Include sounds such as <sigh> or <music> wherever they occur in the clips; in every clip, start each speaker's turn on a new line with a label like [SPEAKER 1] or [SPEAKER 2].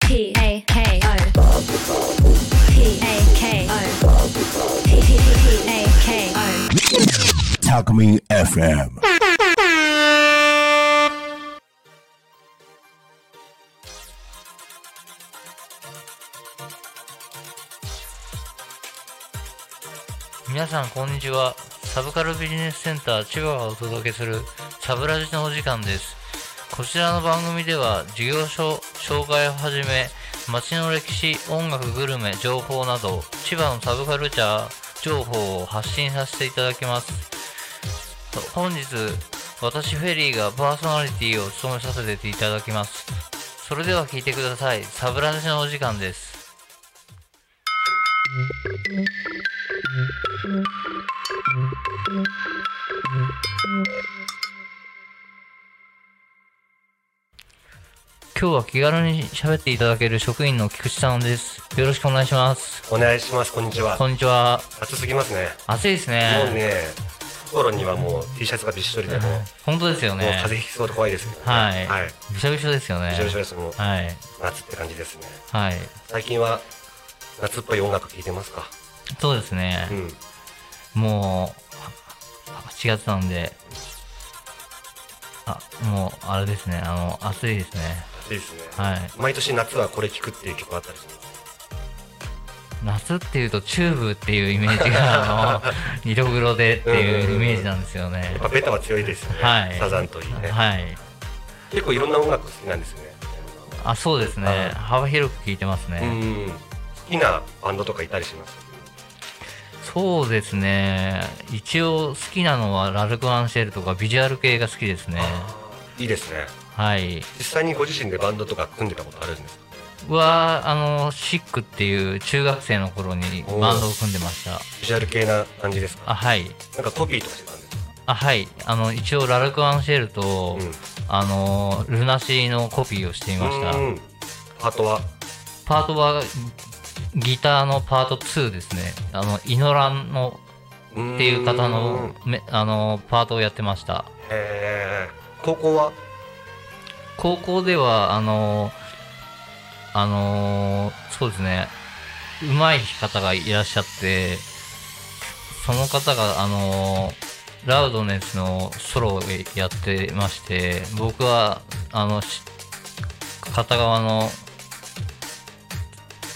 [SPEAKER 1] P A K O P A K O P P P A K O
[SPEAKER 2] Talk Me FM.
[SPEAKER 3] 皆さんこんにちはサブカルビジネスセンター千葉がお届けするサブラジのお時間ですこちらの番組では事業所紹介をはじめ街の歴史音楽グルメ情報など千葉のサブカルチャー情報を発信させていただきます本日私フェリーがパーソナリティを務めさせていただきますそれでは聞いてくださいサブラジのお時間です今日は気軽に喋っていただける職員の菊池さんです。よろしくお願いします。
[SPEAKER 4] お願いしますこんにちは
[SPEAKER 3] こんにちは。
[SPEAKER 4] 暑すぎますね
[SPEAKER 3] 暑いです
[SPEAKER 4] もう
[SPEAKER 3] ね。
[SPEAKER 4] ね頃にはもう T シャツがびっしょりでもう,、もう
[SPEAKER 3] 本当ですよ
[SPEAKER 4] 風
[SPEAKER 3] ね。
[SPEAKER 4] 邪ひきそうで怖いですけどね
[SPEAKER 3] はい
[SPEAKER 4] はい
[SPEAKER 3] びしょびしょですよね
[SPEAKER 4] び。しょびしょですもう
[SPEAKER 3] はい。
[SPEAKER 4] 夏って感じですね
[SPEAKER 3] はい。
[SPEAKER 4] 最近は夏っぽい音楽聴いてますか
[SPEAKER 3] そうですね
[SPEAKER 4] う。ん
[SPEAKER 3] もう、あ8月なんで、あ、もう、あれですね。あの、暑いですね。
[SPEAKER 4] 暑いですね、
[SPEAKER 3] はい
[SPEAKER 4] 毎年夏はこれ聴くっていう曲あったりします
[SPEAKER 3] 夏っていうとチューブっていうイメー
[SPEAKER 4] <laughs>
[SPEAKER 3] ジが、あの、色黒でっていうイメージなんですよね
[SPEAKER 4] やっ。ぱベタは強いですよね、
[SPEAKER 3] はい
[SPEAKER 4] サザンといいね、
[SPEAKER 3] はい。
[SPEAKER 4] 結構いろんな音楽好きなんですね
[SPEAKER 3] あ、そうです
[SPEAKER 4] は
[SPEAKER 3] ね
[SPEAKER 4] い。
[SPEAKER 3] 幅広く聞いてますね。
[SPEAKER 4] うん好きなバンドとかいたりします
[SPEAKER 3] そうですね一応好きなのはラルク・アンシェルとかビジュアル系が好きですね
[SPEAKER 4] いいですね
[SPEAKER 3] はい
[SPEAKER 4] 実際にご自身でバンドとか組んでたことあるんですか
[SPEAKER 3] はあのシックっていう中学生の頃に
[SPEAKER 4] おー
[SPEAKER 3] バンドを組んでました
[SPEAKER 4] ビジュアル系な感じですか
[SPEAKER 3] あはい
[SPEAKER 4] なんかコピーとかしてたんですか
[SPEAKER 3] あはいあの一応ラルク・アンシェルと、
[SPEAKER 4] うん
[SPEAKER 3] あのルナシーのコピーをしていました
[SPEAKER 4] うんパートは
[SPEAKER 3] パートはギターのパート2ですねあのイノランの
[SPEAKER 4] っ
[SPEAKER 3] っていう方のめあのパートをやってました
[SPEAKER 4] えー、高校は
[SPEAKER 3] 高校ではあのあのそうですね上手い方がいらっしゃってその方があのラウドネスのソロをやってまして僕はあのし片側の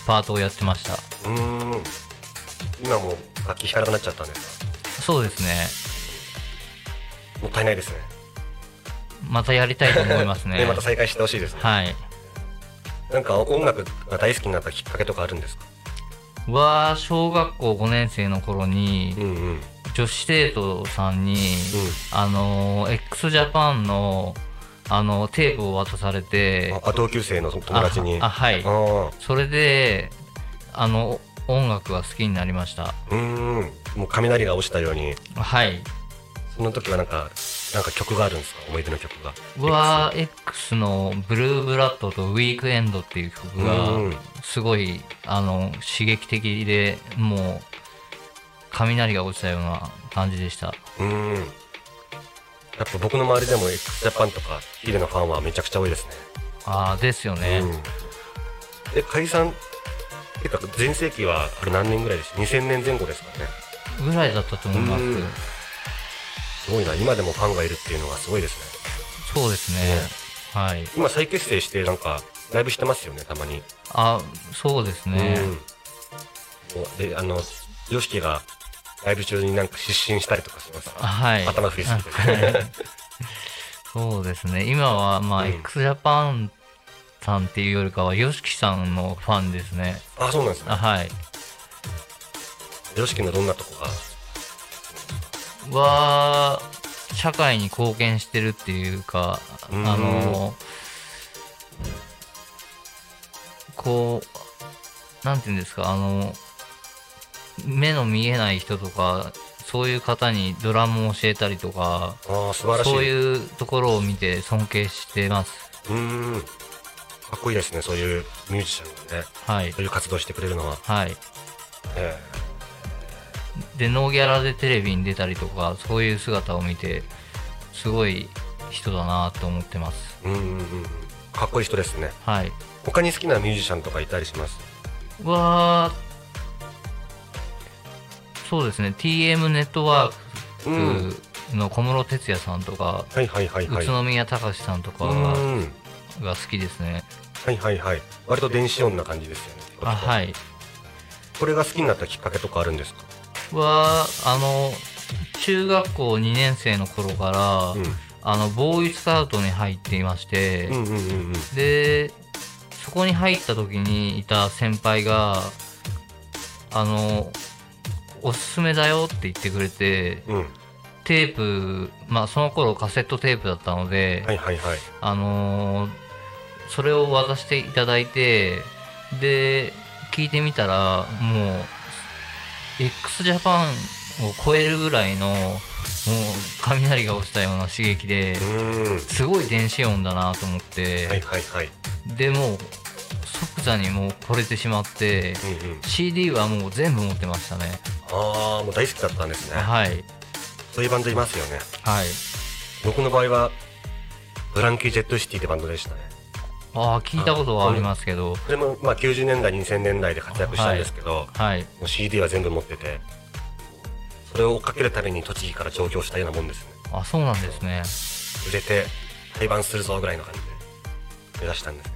[SPEAKER 3] パートをやってました
[SPEAKER 4] うーん今もう楽器弾かなくなっちゃったんですか
[SPEAKER 3] そうですね
[SPEAKER 4] もったいないですね
[SPEAKER 3] またやりたいと思います
[SPEAKER 4] <laughs>
[SPEAKER 3] ね
[SPEAKER 4] また再開してほしいですね、
[SPEAKER 3] はい
[SPEAKER 4] なんか音楽が大好きになったきっかけとかあるんですか
[SPEAKER 3] は小学校5年生の頃に、
[SPEAKER 4] うんうん
[SPEAKER 3] 女子生徒さんに、あの x ジャパンのあのテープを渡されて
[SPEAKER 4] あ同級生の友達に
[SPEAKER 3] ああはい
[SPEAKER 4] あー
[SPEAKER 3] それであの音楽が好きになりました
[SPEAKER 4] うーんもう雷が落ちたように
[SPEAKER 3] はい
[SPEAKER 4] その時はなんかなんか曲があるんですか思い出の曲が
[SPEAKER 3] は X の「ブルーブラッド」と「ウィークエンド」っていう曲
[SPEAKER 4] うん
[SPEAKER 3] がすごいあの刺激的でもう雷が落ちたような感じでした
[SPEAKER 4] うんやっぱ僕の周りでも x ジャパンとかヒデのファンはめちゃくちゃ多いですね
[SPEAKER 3] ああですよね、
[SPEAKER 4] え解散てか全盛期はあれ何年ぐらいでした2000年前後ですかね
[SPEAKER 3] ぐらいだったと思います、
[SPEAKER 4] うんすごいな今でもファンがいるっていうのはすごいですね
[SPEAKER 3] そうですねはい
[SPEAKER 4] 今再結成してなんかライブしてますよねたまに、
[SPEAKER 3] あそうですね、
[SPEAKER 4] うんもうであの YOSHIKI がライブ中になんか失神したりとかします
[SPEAKER 3] あはい
[SPEAKER 4] 頭振りすぎて
[SPEAKER 3] はいそうですね今はまあ、
[SPEAKER 4] うん
[SPEAKER 3] x ジャパンさんっていうよりかは YOSHIKI さんのファンですね
[SPEAKER 4] あそうなんです
[SPEAKER 3] あ
[SPEAKER 4] ね
[SPEAKER 3] はい
[SPEAKER 4] YOSHIKI のどんなとこが
[SPEAKER 3] は社会に貢献してるっていうかあ
[SPEAKER 4] うん
[SPEAKER 3] のこうなんていうんですかあの目の見えない人とかそういう方にドラムを教えたりとか
[SPEAKER 4] ああ素晴らしい
[SPEAKER 3] そう
[SPEAKER 4] う
[SPEAKER 3] いうところを見て尊敬してます。
[SPEAKER 4] ーんかっこいいですねそういうミュージシャンがね
[SPEAKER 3] はい
[SPEAKER 4] そ。ういう活動してくれるのは、
[SPEAKER 3] はい。
[SPEAKER 4] え
[SPEAKER 3] で、ノーギャラでテレビに出たりとか、そういう姿を見て、すごい人だなと思ってます。
[SPEAKER 4] えうんうんうんかっこいい人ですね
[SPEAKER 3] はい。
[SPEAKER 4] 他に好きなミュージシャンとかいたりします
[SPEAKER 3] は、そうですね、TM ネットワークの小室哲哉さんとか、
[SPEAKER 4] はいはいはいは
[SPEAKER 3] 宇
[SPEAKER 4] い。
[SPEAKER 3] 都宮隆さんとか
[SPEAKER 4] うん。
[SPEAKER 3] が好きですね。
[SPEAKER 4] はいはいはい。割と電子音な感じですよね。
[SPEAKER 3] あ
[SPEAKER 4] い。
[SPEAKER 3] はい。
[SPEAKER 4] これが好きになったきっかけとかあるんですか
[SPEAKER 3] は、あの、中学校2年生の頃から、
[SPEAKER 4] う
[SPEAKER 3] あの、ボーイスカウトに入っていまして、
[SPEAKER 4] ん。うんうんうんうん。
[SPEAKER 3] でそこに入った時にいた先輩があのおすすめだよって言ってくれて
[SPEAKER 4] うん。
[SPEAKER 3] テープまあその頃カセットテープだったので、
[SPEAKER 4] はいはいはい。
[SPEAKER 3] あのそれを渡していただいてで聞いてみたらもう x ジャパンを超えるぐらいのもう雷が落ちたような刺激で
[SPEAKER 4] うん。
[SPEAKER 3] すごい電子音だなと思って、
[SPEAKER 4] はいはいはい。
[SPEAKER 3] でもう即座にもう惚れてしまって
[SPEAKER 4] うんうん。
[SPEAKER 3] CD はもう全部持ってましたね
[SPEAKER 4] ああ、もう大好きだったんですね。
[SPEAKER 3] はい
[SPEAKER 4] そういうバンドいますよね。
[SPEAKER 3] はい
[SPEAKER 4] 僕の場合は、ブランキー・ジェット・シティってバンドでしたね。
[SPEAKER 3] ああ聞いたことはありますけど
[SPEAKER 4] それもまあ90年代、2000年代で活躍したんですけど、
[SPEAKER 3] はい
[SPEAKER 4] もう CD は全部持ってて、それを追っかけるために栃木から上京したようなもんですね。
[SPEAKER 3] あそうなんですね
[SPEAKER 4] 売れて、対バンするぞぐらいの感じで、目指したんですね。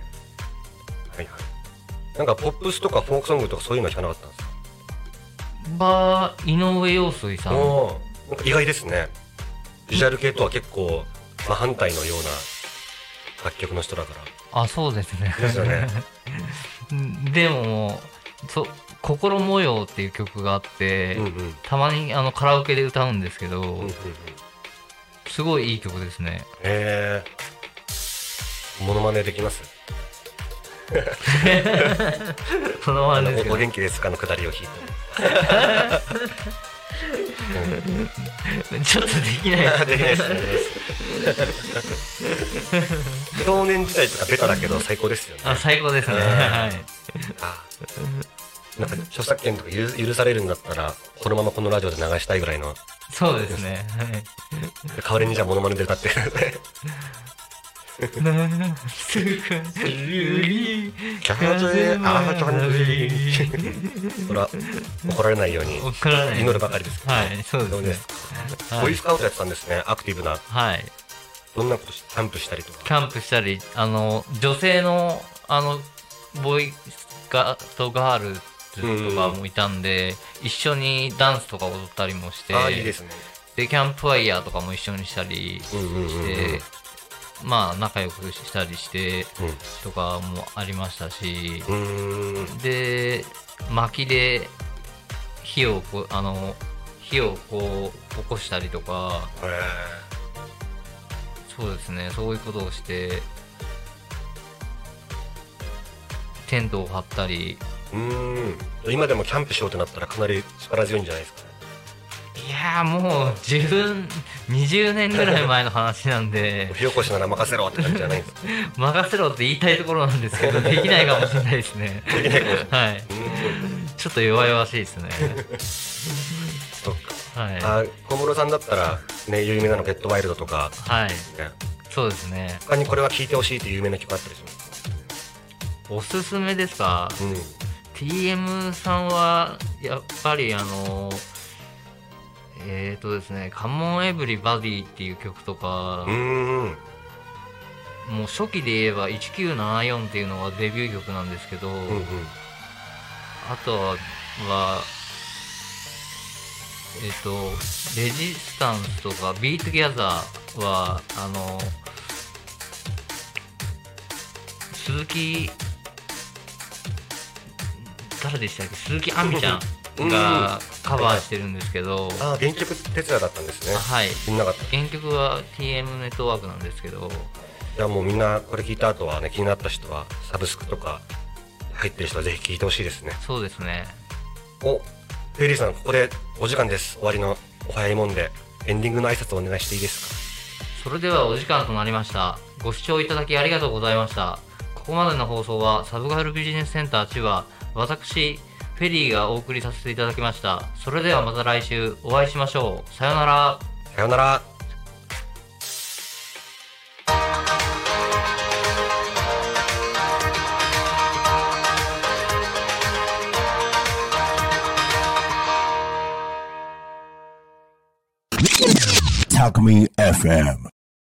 [SPEAKER 4] はいはい。なんかポップスとかフォークソングとかそういうのは聞かなかったんですか
[SPEAKER 3] バー井上陽水さんは
[SPEAKER 4] おーなんか意外ですね。ビジュアル系とは結構、真反対のような楽曲の人だから。
[SPEAKER 3] あそうですね
[SPEAKER 4] ですよね
[SPEAKER 3] <laughs> でもそ「心模様」っていう曲があって、
[SPEAKER 4] うんうん。うん
[SPEAKER 3] たまにあのカラオケで歌うんですけど、
[SPEAKER 4] うんうん。
[SPEAKER 3] すごいいい曲ですね
[SPEAKER 4] へーモノマネできます
[SPEAKER 3] そのま
[SPEAKER 4] あ
[SPEAKER 3] ま
[SPEAKER 4] の
[SPEAKER 3] ですけ
[SPEAKER 4] おお
[SPEAKER 3] ど
[SPEAKER 4] 元気ですかのくだりを弾いて。
[SPEAKER 3] <laughs> ちょっとできないです
[SPEAKER 4] できないですね。 <laughs> 少年時代とかベタだけど最高ですよね。
[SPEAKER 3] あ最高
[SPEAKER 4] <laughs>
[SPEAKER 3] ですね、
[SPEAKER 4] うん
[SPEAKER 3] はい
[SPEAKER 4] あなんか著作権とか許許されるんだったら、このままこのラジオで流したいぐらいの、
[SPEAKER 3] そうですね。はい
[SPEAKER 4] 代わりにじゃあモノマネで歌ってる。
[SPEAKER 5] な
[SPEAKER 3] すぐり
[SPEAKER 4] キャージェーアーチャンジー。ほら、怒られないように
[SPEAKER 3] 怒らない。
[SPEAKER 4] 祈るばかりですけど。
[SPEAKER 3] はい、そう
[SPEAKER 4] どう
[SPEAKER 3] で
[SPEAKER 4] ですす
[SPEAKER 3] ね。
[SPEAKER 4] か。ボイスカウトやってたんですね、アクティブな。
[SPEAKER 3] はい。
[SPEAKER 4] どんなことしキャンプしたりとか。
[SPEAKER 3] キャンプしたり、あの、女性の、あの、ボーイガとガールズとかもいたんで、一緒にダンスとか踊ったりもして、
[SPEAKER 4] ああ、いいですね。
[SPEAKER 3] で、キャンプファイヤーとかも一緒にしたりして、
[SPEAKER 4] うんうんうんうん。
[SPEAKER 3] まあ、仲良くしたりして、
[SPEAKER 4] うん
[SPEAKER 3] とかもありましたし、
[SPEAKER 4] うーん。
[SPEAKER 3] で薪で火をこうあの火をこう起こしたりとか
[SPEAKER 4] へ
[SPEAKER 3] そうですねそういうことをしてテントを張ったり
[SPEAKER 4] ーうーん。今でもキャンプしようってなったらかなり力強いんじゃないですかね。
[SPEAKER 3] いやーもう自分20年ぐらい前の話なんで
[SPEAKER 4] <laughs> お火起こしなら任せろって感じじゃないんですか。
[SPEAKER 3] 任せろって言いたいところなんですけどできないかもしれないですね
[SPEAKER 4] できないかもしれ
[SPEAKER 3] はいちょっと弱々しいですね
[SPEAKER 4] そっか。
[SPEAKER 3] はい
[SPEAKER 4] あ小室さんだったら、ね、有名なのゲットワイルドとか、
[SPEAKER 3] はい
[SPEAKER 4] ね、
[SPEAKER 3] そうですね
[SPEAKER 4] 他にこれは聴いてほしいっていう有名な曲あったりします
[SPEAKER 3] おすすめですか
[SPEAKER 4] うん。
[SPEAKER 3] TM さんはやっぱりあのえっ、ー、とですね「カモンエブリバディ」っていう曲とか
[SPEAKER 4] うーん。
[SPEAKER 3] もう初期で言えば「1974」っていうのがデビュー曲なんですけど、
[SPEAKER 4] うんうん。
[SPEAKER 3] あとはえっ、と「レジスタンス」とか「ビートギャザーはあの鈴木誰でしたっけ鈴木亜美ちゃんがカバーしてるんですけど、
[SPEAKER 4] ああ、原曲、哲也だったんですね。
[SPEAKER 3] はい
[SPEAKER 4] みんなが。い
[SPEAKER 3] 原曲は TM ネットワークなんですけど
[SPEAKER 4] や、もうみんな、これ聞いた後はね、気になった人は、サブスクとか、入ってる人はぜひ聴いてほしいですね。
[SPEAKER 3] そうですね
[SPEAKER 4] お、フェリーさん、ここでお時間です。終わりの、お早いもんで、エンディングの挨拶をお願いしていいですか
[SPEAKER 3] それではお時間となりました。ご視聴いただきありがとうございました。ここまでの放送はサブカルビジネスセンター千葉、私、フェリーがお送りさせていただきました。それではまた来週お会いしましょう。さようなら。
[SPEAKER 4] さようなら。
[SPEAKER 2] Talk Me FM.